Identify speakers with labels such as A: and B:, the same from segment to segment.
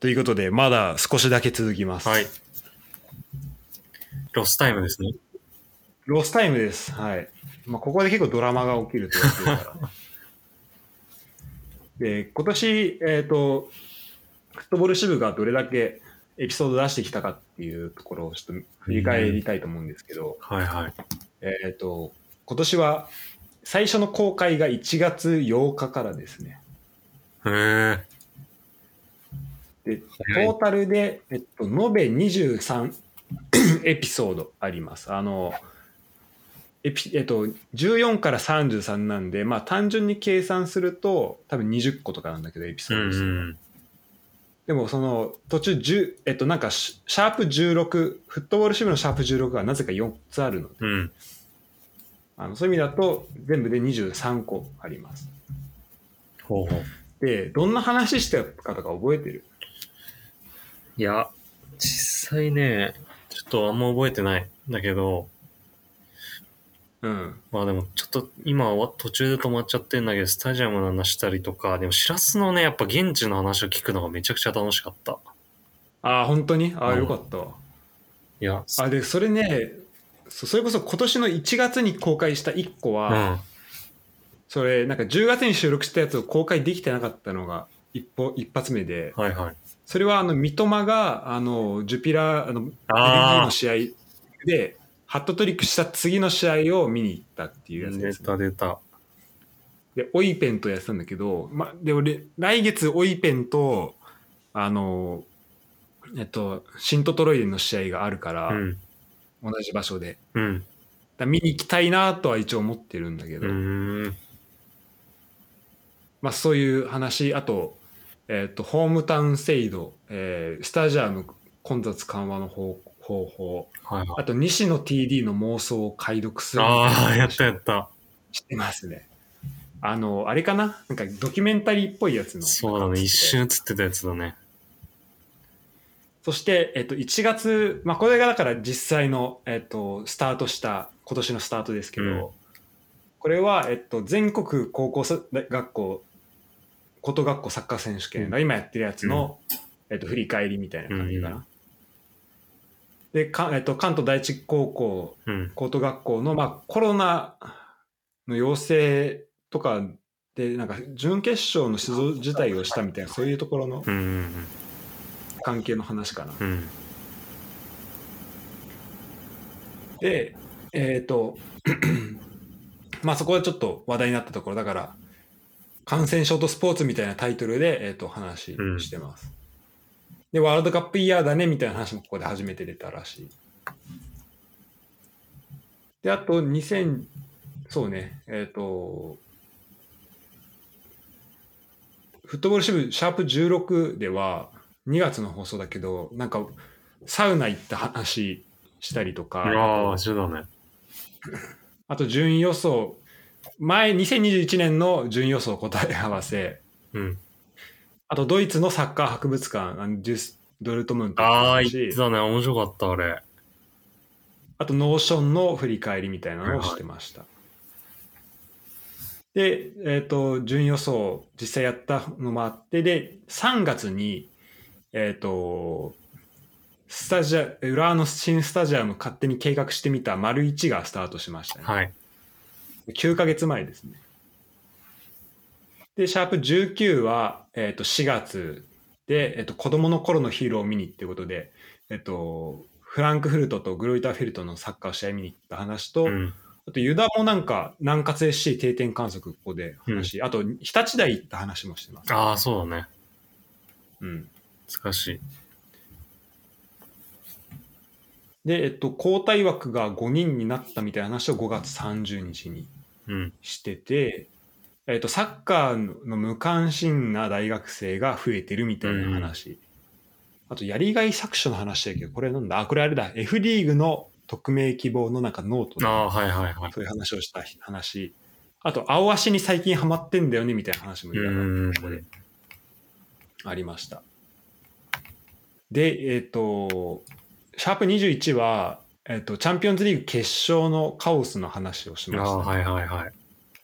A: ということで、まだ少しだけ続きます。
B: はい。ロスタイムですね。
A: ロスタイムです。はい。まあ、ここで結構ドラマが起きるという ことですからで、今年、えっ、と、フットボール支部がどれだけエピソード出してきたかっていうところをちょっと振り返りたいと思うんですけど、
B: はいはい。
A: えっ、と、今年は最初の公開が1月8日からですね。
B: へえ。
A: で、ト
B: 早い
A: ータルで、えっと、延べ23 エピソードあります。あの、エピえっと、14から33なんで、まあ単純に計算すると多分20個とかなんだけど、エピソ
B: う
A: ード
B: ん
A: 数
B: うん。
A: でもその途中10、えっとなんかシシャープ16、フットボール支部のシャープ16がなぜか4つあるので、
B: うん。
A: あのそういう意味だと全部で23個あります。
B: ほうほう。
A: で、どんな話してたかとか覚えてる
B: いや、実際ね、ちょっとあんま覚えてないんだけど、
A: うん。
B: まあでもちょっと今は途中で止まっちゃってんだけど、スタジアムの話したりとか、でもしらすのね、やっぱ現地の話を聞くのがめちゃくちゃ楽しかった。
A: ああ、本当にああ、
B: うん
A: よかったわ。
B: いや、
A: あでそれねそそれこそ今年の1月に公開した1個
B: う
A: は、
B: ん。
A: それなんか10月に収録したやつを公開できてなかったのが一歩一発目で
B: はいはい。
A: それはあの三笘があのジュピラーあのベルギー
B: あ
A: の試合でハットトリックした次の試合を見に行ったっていうや
B: ー、
A: つで
B: 出
A: す、ね、
B: た出た。
A: でオイペンとやってたんだけど、ま、で俺来月オイペンとあのえっとシントトロイデンの試合があるから、
B: うん。
A: 同じ場所で
B: うん。
A: だから見に行きたいなとは一応思ってるんだけ
B: う
A: ど、
B: ーん。
A: まあ、そういう話あと,、えー、とホームタウン制度、えースタジアム混雑緩和の方方法
B: はいはい。
A: あと西野 TD の妄想を解読するみたいな
B: ああ、やっ
A: 話
B: たやった。
A: してますねあのあれかななんかドキュメンタリーっぽいやつの
B: そうだね。一瞬映ってたやつだね。
A: そして、えっと、1月、まあ、これがだから実際の、えっと、スタートした、今年のスタートですけど、
B: うん
A: これは、えっと、全国高校さ学校、高等学校サッカー選手権が今やってるやつの、えっと、振り返りみたいな感じかな。
B: うん
A: でか、えっと、関東第一高校、
B: うん。
A: 高等学校の、まあ、コロナの陽性とかで、なんか、準決勝の出場自体をしたみたいな、そういうところの
B: うんうん
A: 関係の話かな。
B: うん。うん。
A: で、えっ、と、 まあそこはちょっと話題になったところだから、感染症とスポーツみたいなタイトルで、えー、と話してます、で、ワールドカップイヤーだねみたいな話もここで初めて出たらしい。で、あと2000、そうね、えっ、と、フットボール支部、シャープ16では、2月の放送だけど、なんか、サウナ行った話したりとか、
B: ああ、そうだね。
A: あと順位予想、前、2021年の順位予想答え合わせ、
B: うん。
A: あとドイツのサッカー博物館、あのデュスドルトムントの
B: ああ、
A: 話
B: 言ってたね。面白かった、あれ。
A: あとノーションの振り返りみたいなのをしてました。で、えっ、と、順位予想、実際やったのもあって、で、3月に、えっ、と、スタジア、浦和の新スタジアム勝手に計画してみた丸1がスタートしましたね。
B: はい。
A: 9ヶ月前ですね。で、シャープ19は、えっと4月で、えっと子供の頃のヒーローを見にっていうことで、えっとフランクフルトとグロイターフィルトのサッカー試合見に行った話と、
B: うん。
A: あとユダもなんか南葛 SC 定点観測ここで話、あと日立大行った話もしてます。
B: ああ、そうだね。
A: うん、
B: 難しい。
A: で、えっと交代枠が5人になったみたいな話を5月30日に
B: うん。
A: してて、えっとサッカーの無関心な大学生が増えてるみたいな話、あとやりがい搾取の話だけどこれなんだあこれあれだ F リーグの匿名希望のなんかノート
B: あ
A: で
B: あ、はいはいはい。
A: そういう話をした話あと青足に最近ハマってんだよねみたいな話も
B: う
A: いろいろ
B: ん。うん
A: ここでありましたでえっ、とシャープ21は、えっとチャンピオンズリーグ決勝のカオスの話をし
B: あ
A: ました
B: あ、、はいはいはい。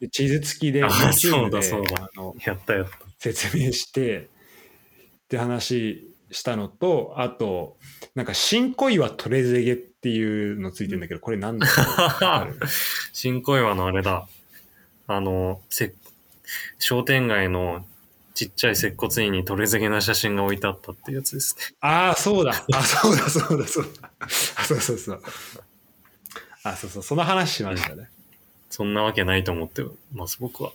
A: で地図付きで
B: あ
A: YouTube
B: そうだ
A: で
B: そうだ
A: あの
B: やったやった。
A: 説明してって話したのと、あと、なんか、新小岩トレゼゲっていうのついてるんだけど、これなんだろうわか る
B: 新小岩のあれだ。あの、せ商店街のちっちゃい接骨院に取れずげな写真が置いてあったっていうやつですね。
A: ああ、そうだ。あ、そうだ、そうだ、そうだ。あ、そうそうそう。あ、そうそう、その話しま したね。
B: そんなわけないと思ってます、僕は。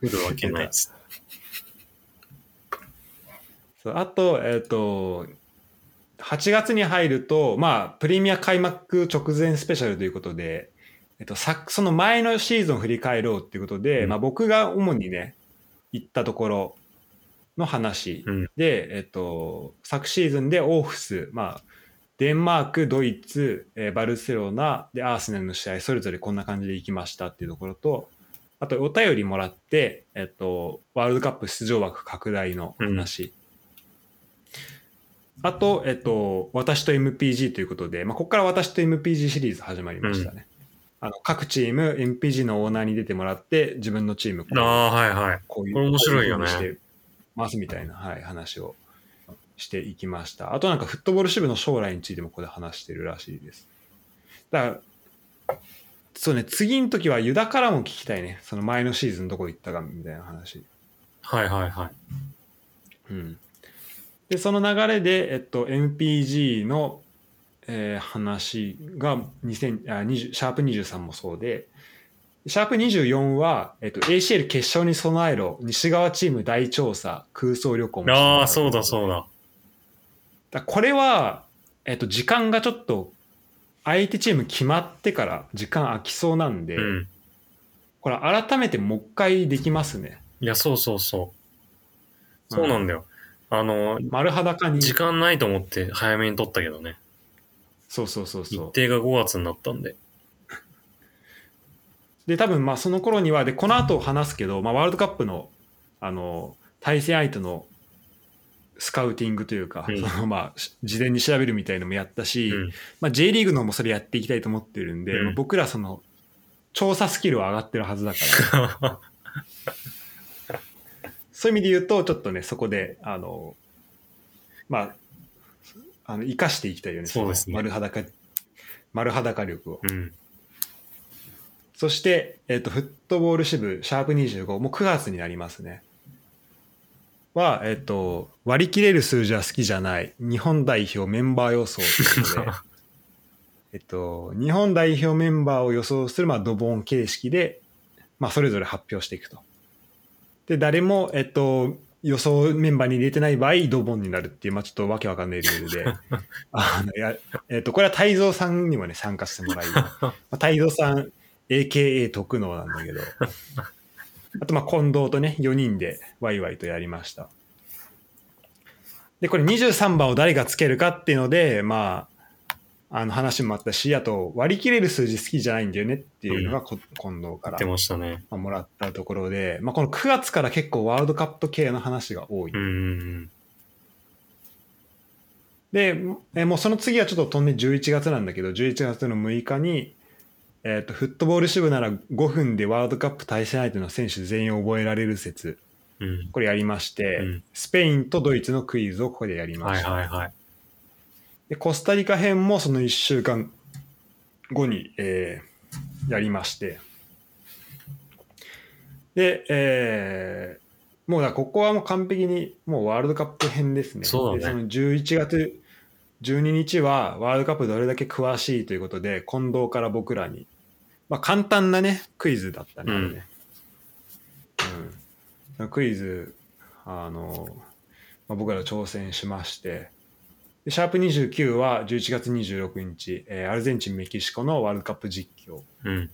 B: 来るわけないです。
A: そうあと、えっ、と、8月に入ると、まあ、プレミア開幕直前スペシャルということで、えっと、さその前のシーズンを振り返ろうっていうことで、
B: うん
A: まあ、僕が主にね、行ったところの話
B: うん
A: で、えっと、昨シーズンでオーフス、まあ、デンマーク、ドイツ、えーバルセロナでアーセナルの試合、それぞれこんな感じで行きましたっていうところと、あとお便りもらって、えっと、ワールドカップ出場枠拡大の話。あと、えっと、私と MPG ということで、まあ、ここから私と MPG シリーズ始まりましたね。あの各チーム、MPG のオーナーに出てもらって、自分のチームこう
B: ああ、はいはい。
A: こういう
B: これ面白いよね
A: こううふうにしてますみたいな、はい、話をしていきました。あとなんかフットボール支部の将来についてもここで話してるらしいです。だから、そうね、次の時はユダからも聞きたいね。その前のシーズンどこ行ったかみたいな話。
B: はいはいはい。
A: うん。で、その流れで、えっと、MPG の、えー話が2000あ20シャープ23もそうで、シャープ24は、えっと、ACL 決勝に備えろ、西側チーム大調査、空想旅行も
B: ああ、そうだ
A: う。
B: そうだ。
A: だこれは、えっと、時間がちょっと、相手チーム決まってから時間空きそうなんで、
B: うん。
A: これ改めてもう一回できますね。
B: いや、そうそうそう。そうなんだよ。あの、
A: 丸裸に。
B: 時間ないと思って早めに撮ったけどね。
A: そうそうそう
B: 日
A: そう。
B: 程が5月になったんで。
A: で多分まあその頃にはでこの後話すけど、まあ、ワールドカップのあの対戦相手のスカウティングというか、
B: うん
A: そのまあし事前に調べるみたいのもやったし、
B: うん。
A: まあ、J リーグのもそれやっていきたいと思ってるんで、
B: うん
A: まあ僕らその調査スキルは上がってるはずだから そういう意味で言うとちょっとねそこであのまああの生かしていきたいよね
B: そうですね
A: の丸裸丸裸力を。
B: うん。
A: そして、えっとフットボール支部、シャープ25、もう9月になりますね。は、えっと、割り切れる数字は好きじゃない。日本代表メンバー予想ということで、えっと、日本代表メンバーを予想する、まあ、ドボン形式で、まあ、それぞれ発表していくと。で、誰も、えっと、予想メンバーに入れてない場合、ドボンになるっていう、まあ、ちょっとわけわかんないルー ルで、あのやえっと、これは太蔵さんにもね、参加してもらい、まあ、太蔵さん、AKA 徳能なんだけど、あと、まあ、近藤とね、4人でワイワイとやりました。で、これ23番を誰がつけるかっていうので、まあ、あの話もあったし、あと、割り切れる数字好きじゃないんだよねっていうのがこ、近藤から
B: 出ましたね。
A: まあもらったところで、まあ、この9月から結構ワールドカップ系の話が多い。
B: うんうんうん。
A: で、えーもうその次はちょっと飛んで11月なんだけど、11月の6日に、えっ、と、フットボール支部なら5分でワールドカップ対戦相手の選手全員を覚えられる説、
B: うん。
A: これやりまして、
B: うん
A: スペインとドイツのクイズをここでやりま
B: は
A: し
B: い
A: た。
B: はいはい。
A: でコスタリカ編もその1週間後に、えーやりましてで、えーもうだここはもう完璧にもうワールドカップ編ですね
B: そうだね
A: でその11月12日はワールドカップどれだけ詳しいということで近藤から僕らに、まあ、簡単なねクイズだったね,あれね、うんそのクイズあの、まあ、僕ら挑戦しましてでシャープ29は11月26日、えーアルゼンチン、メキシコのワールドカップ実況。
B: うん。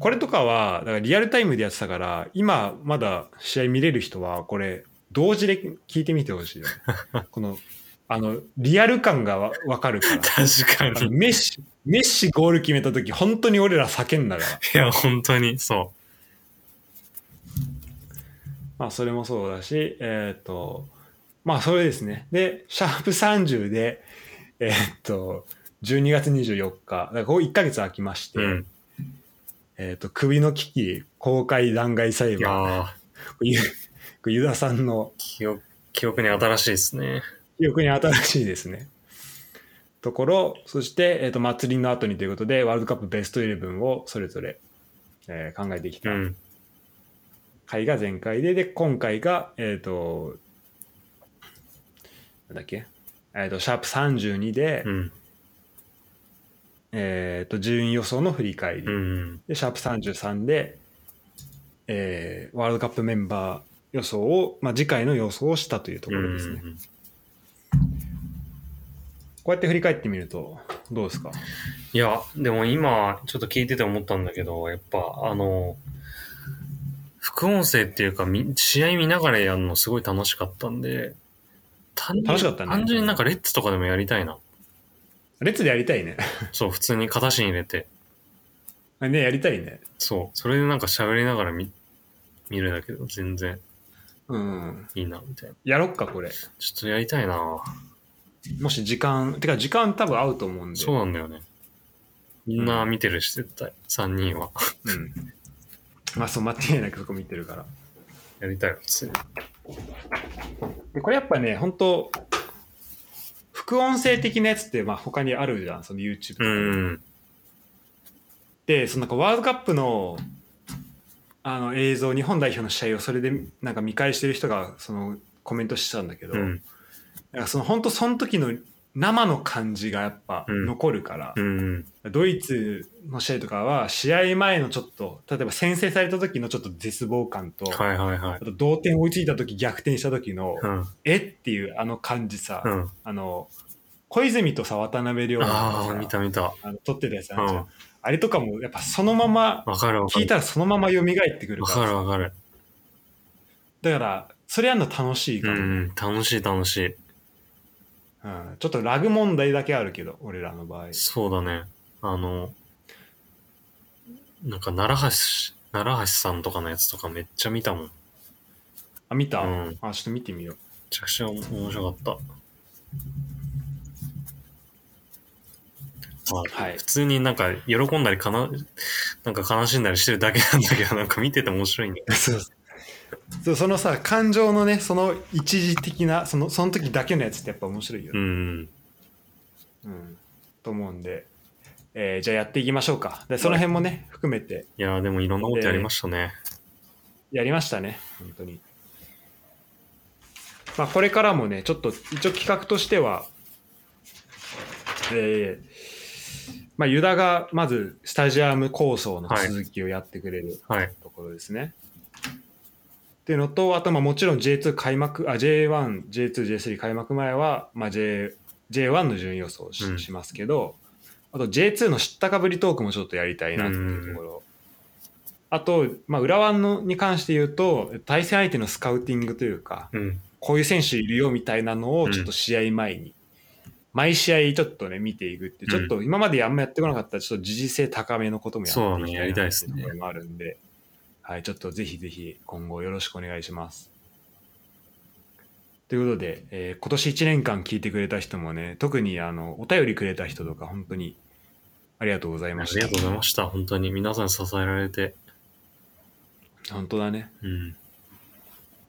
A: これとかは、だからリアルタイムでやってたから、今まだ試合見れる人は、これ、同時で聞いてみてほしいよ ね。この、あの、リアル感がわわかるから。
B: 確か
A: あの
B: に。
A: メッシ、メッシゴール決めた時本当に俺ら叫んだから。
B: いや、本当に、そ
A: まあ、それもそうだし、えーっと、まあ、それですね。で、シャープ30で、えーっと、12月24日、だからこう1ヶ月空きまして、
B: う。うん。
A: えーっと、首の危機、公開弾劾裁
B: いや
A: 判、
B: ー
A: ゆゆださんの
B: 記憶記憶に新しいですね。
A: 記憶に新しいですね。ところ、そして、えっ、と、祭りの後にということで、ワールドカップベスト11をそれぞれ、えー考えてき
B: う
A: た
B: ん。
A: 回が前回で、で、今回が、えっ、と、なんだっけ、えっ、と、シャープ32で、
B: うん。
A: えっ、と、順位予想の振り返り。
B: うん。
A: で、シャープ33で、えーワールドカップメンバー予想を、まあ、次回の予想をしたというところですね。
B: うん
A: こうやって振り返ってみると、どうですか
B: いや、でも今、ちょっと聞いてて思ったんだけど、やっぱ、あの、副音声っていうか、み試合見ながらやるのすごい楽しかったんで、単
A: 楽しかったね
B: 単純になんかレッツとかでもやりたいな。
A: 列でやりたいね。
B: そう、普通に形に入れて。
A: ね、やりたいね。
B: そう、それでなんか喋りながら見、見るだけど、全然
A: うん。
B: いいな、みたいな。
A: やろっか、これ。
B: ちょっとやりたいな
A: もし時間、てか時間多分合うと思うんで。
B: そうなんだよね。みんな見てるし、絶対。3人は。
A: うん。まあ、そう、間違いなくそこ見てるから。
B: やりたいよ、普通に。
A: でこれやっぱね、本当副音声的なやつって、まあ、他にあるじゃん、その YouTube とか
B: う
A: で。
B: ん。
A: でそのなんかワールドカップのあの映像日本代表の試合をそれでなんか見返してる人がそのコメントしてたんだけど、
B: う
A: なん
B: ん。
A: かその本当その時の生の感じがやっぱ
B: うん
A: 残るから
B: う、ん。
A: ドイツの試合とかは試合前のちょっと例えば先制された時のちょっと絶望感と、
B: はいはいはい
A: あ。と同点追いついた時逆転した時の、
B: うん。
A: えっていうあの感じさ、
B: うん。
A: あの小泉とさ渡辺亮
B: ああ、
A: が
B: 見
A: さ
B: た見た。
A: あの撮ってたやつあ
B: う
A: るじゃん
B: ん。
A: あれとかもやっぱそのまま
B: わかるわか
A: 聞い
B: る。
A: たらそのまま蘇ってくる
B: わ
A: か
B: からるわかる。
A: だからそれやるの楽しいか
B: う
A: ら、うん
B: ん。楽しい楽しい。
A: ちょっとラグ問題だけあるけど俺らの場合
B: そうだね。あの、なんか、奈良橋、奈良橋さんとかのやつとかめっちゃ見たもん。め
A: あ見た、
B: うん
A: あちょっと見てみよう
B: ちゃくちゃ面白かった。まあ
A: はい
B: 普通になんか喜んだりかな、なんか悲しんだりしてるだけなんだけど、 なんか見てて面白いんだよ。
A: そうそうそのさ感情のねその一時的なそのその時だけのやつってやっぱ面白いよ
B: う、ん。
A: うんと思うんで、えーじゃあやっていきましょうかでその辺もね含めて
B: いやーでもいろんなことやりましたね。
A: やりましたね本当にまあこれからもねちょっと一応企画としてはえーまあユダがまずスタジアム構想の続きをやってくれる
B: はい。
A: ところですね、っていうのとあとまあもちろん J2 開幕あ J1J2J3 開幕前は、まあ、J J1 の順位予想をし,、
B: うん
A: しますけどあと J2 の知ったかぶりトークもちょっとやりたいなっていうところ、あと、まあ、浦和のに関して言うと対戦相手のスカウティングというか
B: うん。
A: こういう選手いるよみたいなのをちょっと試合前に、毎試合ちょっとね見ていくってちょっと今まであんまやってこなかったちょっと時事性高めのこともやって
B: そう
A: い
B: ね
A: き
B: やりたいですね
A: なってうところもあるんで、はい、ちょっとぜひぜひ今後よろしくお願いします。ということで、えー今年1年間聞いてくれた人もね特にあのお便りくれた人とか本当にありがとうござい
B: あ
A: ま
B: りがとう
A: し
B: ございました。本当に皆さんに支えられて。
A: た。本当だね
B: うん。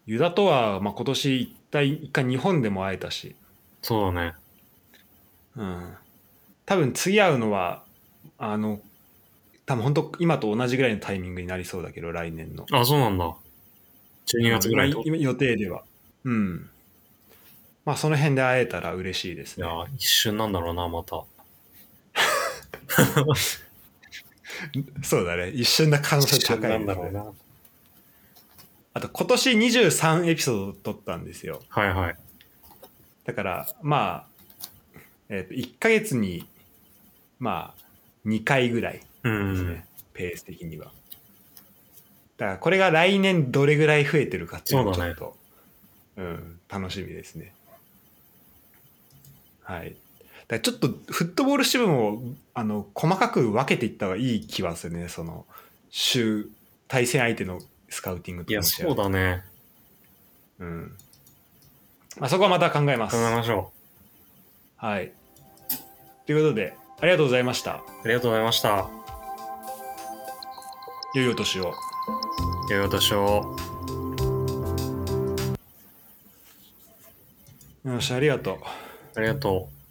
A: ユダとは、まあ、今年一体一回日本でも会えたし
B: そうだね。
A: うん多分次会うのはあの多分本当今と同じぐらいのタイミングになりそうだけど来年の
B: あ、そうなんだ。12月ぐらいと。い
A: 今今予定ではうんまあその辺で会えたら嬉しいですね
B: やー、一瞬なんだろうな、また。
A: そうだね一瞬な可能性
B: 一瞬
A: 高
B: ないん
A: で
B: だ
A: す
B: ろう
A: ね
B: な。
A: あと今年23エピソード撮ったんですよ
B: はいはい。
A: だからまあえっ、と1ヶ月にまあ2回ぐらい
B: うん。
A: ペース的には。だからこれが来年どれぐらい増えてるかっていうのがち
B: そうだ
A: ょ
B: ね
A: っとう、ん、楽しみですね。はい。だからちょっとフットボール支部もあの細かく分けていった方がいい気はするね。その週対戦相手のスカウティングと
B: い
A: か
B: や、
A: も
B: そうだね。
A: うん。まあ、そこはまた考えます
B: 考。えましょ
A: はい。ということでありがとうございました。
B: う。ありがとうございました。
A: 良いお年を。
B: 良いお年を。
C: よし、ありがとう。
A: ありがとう。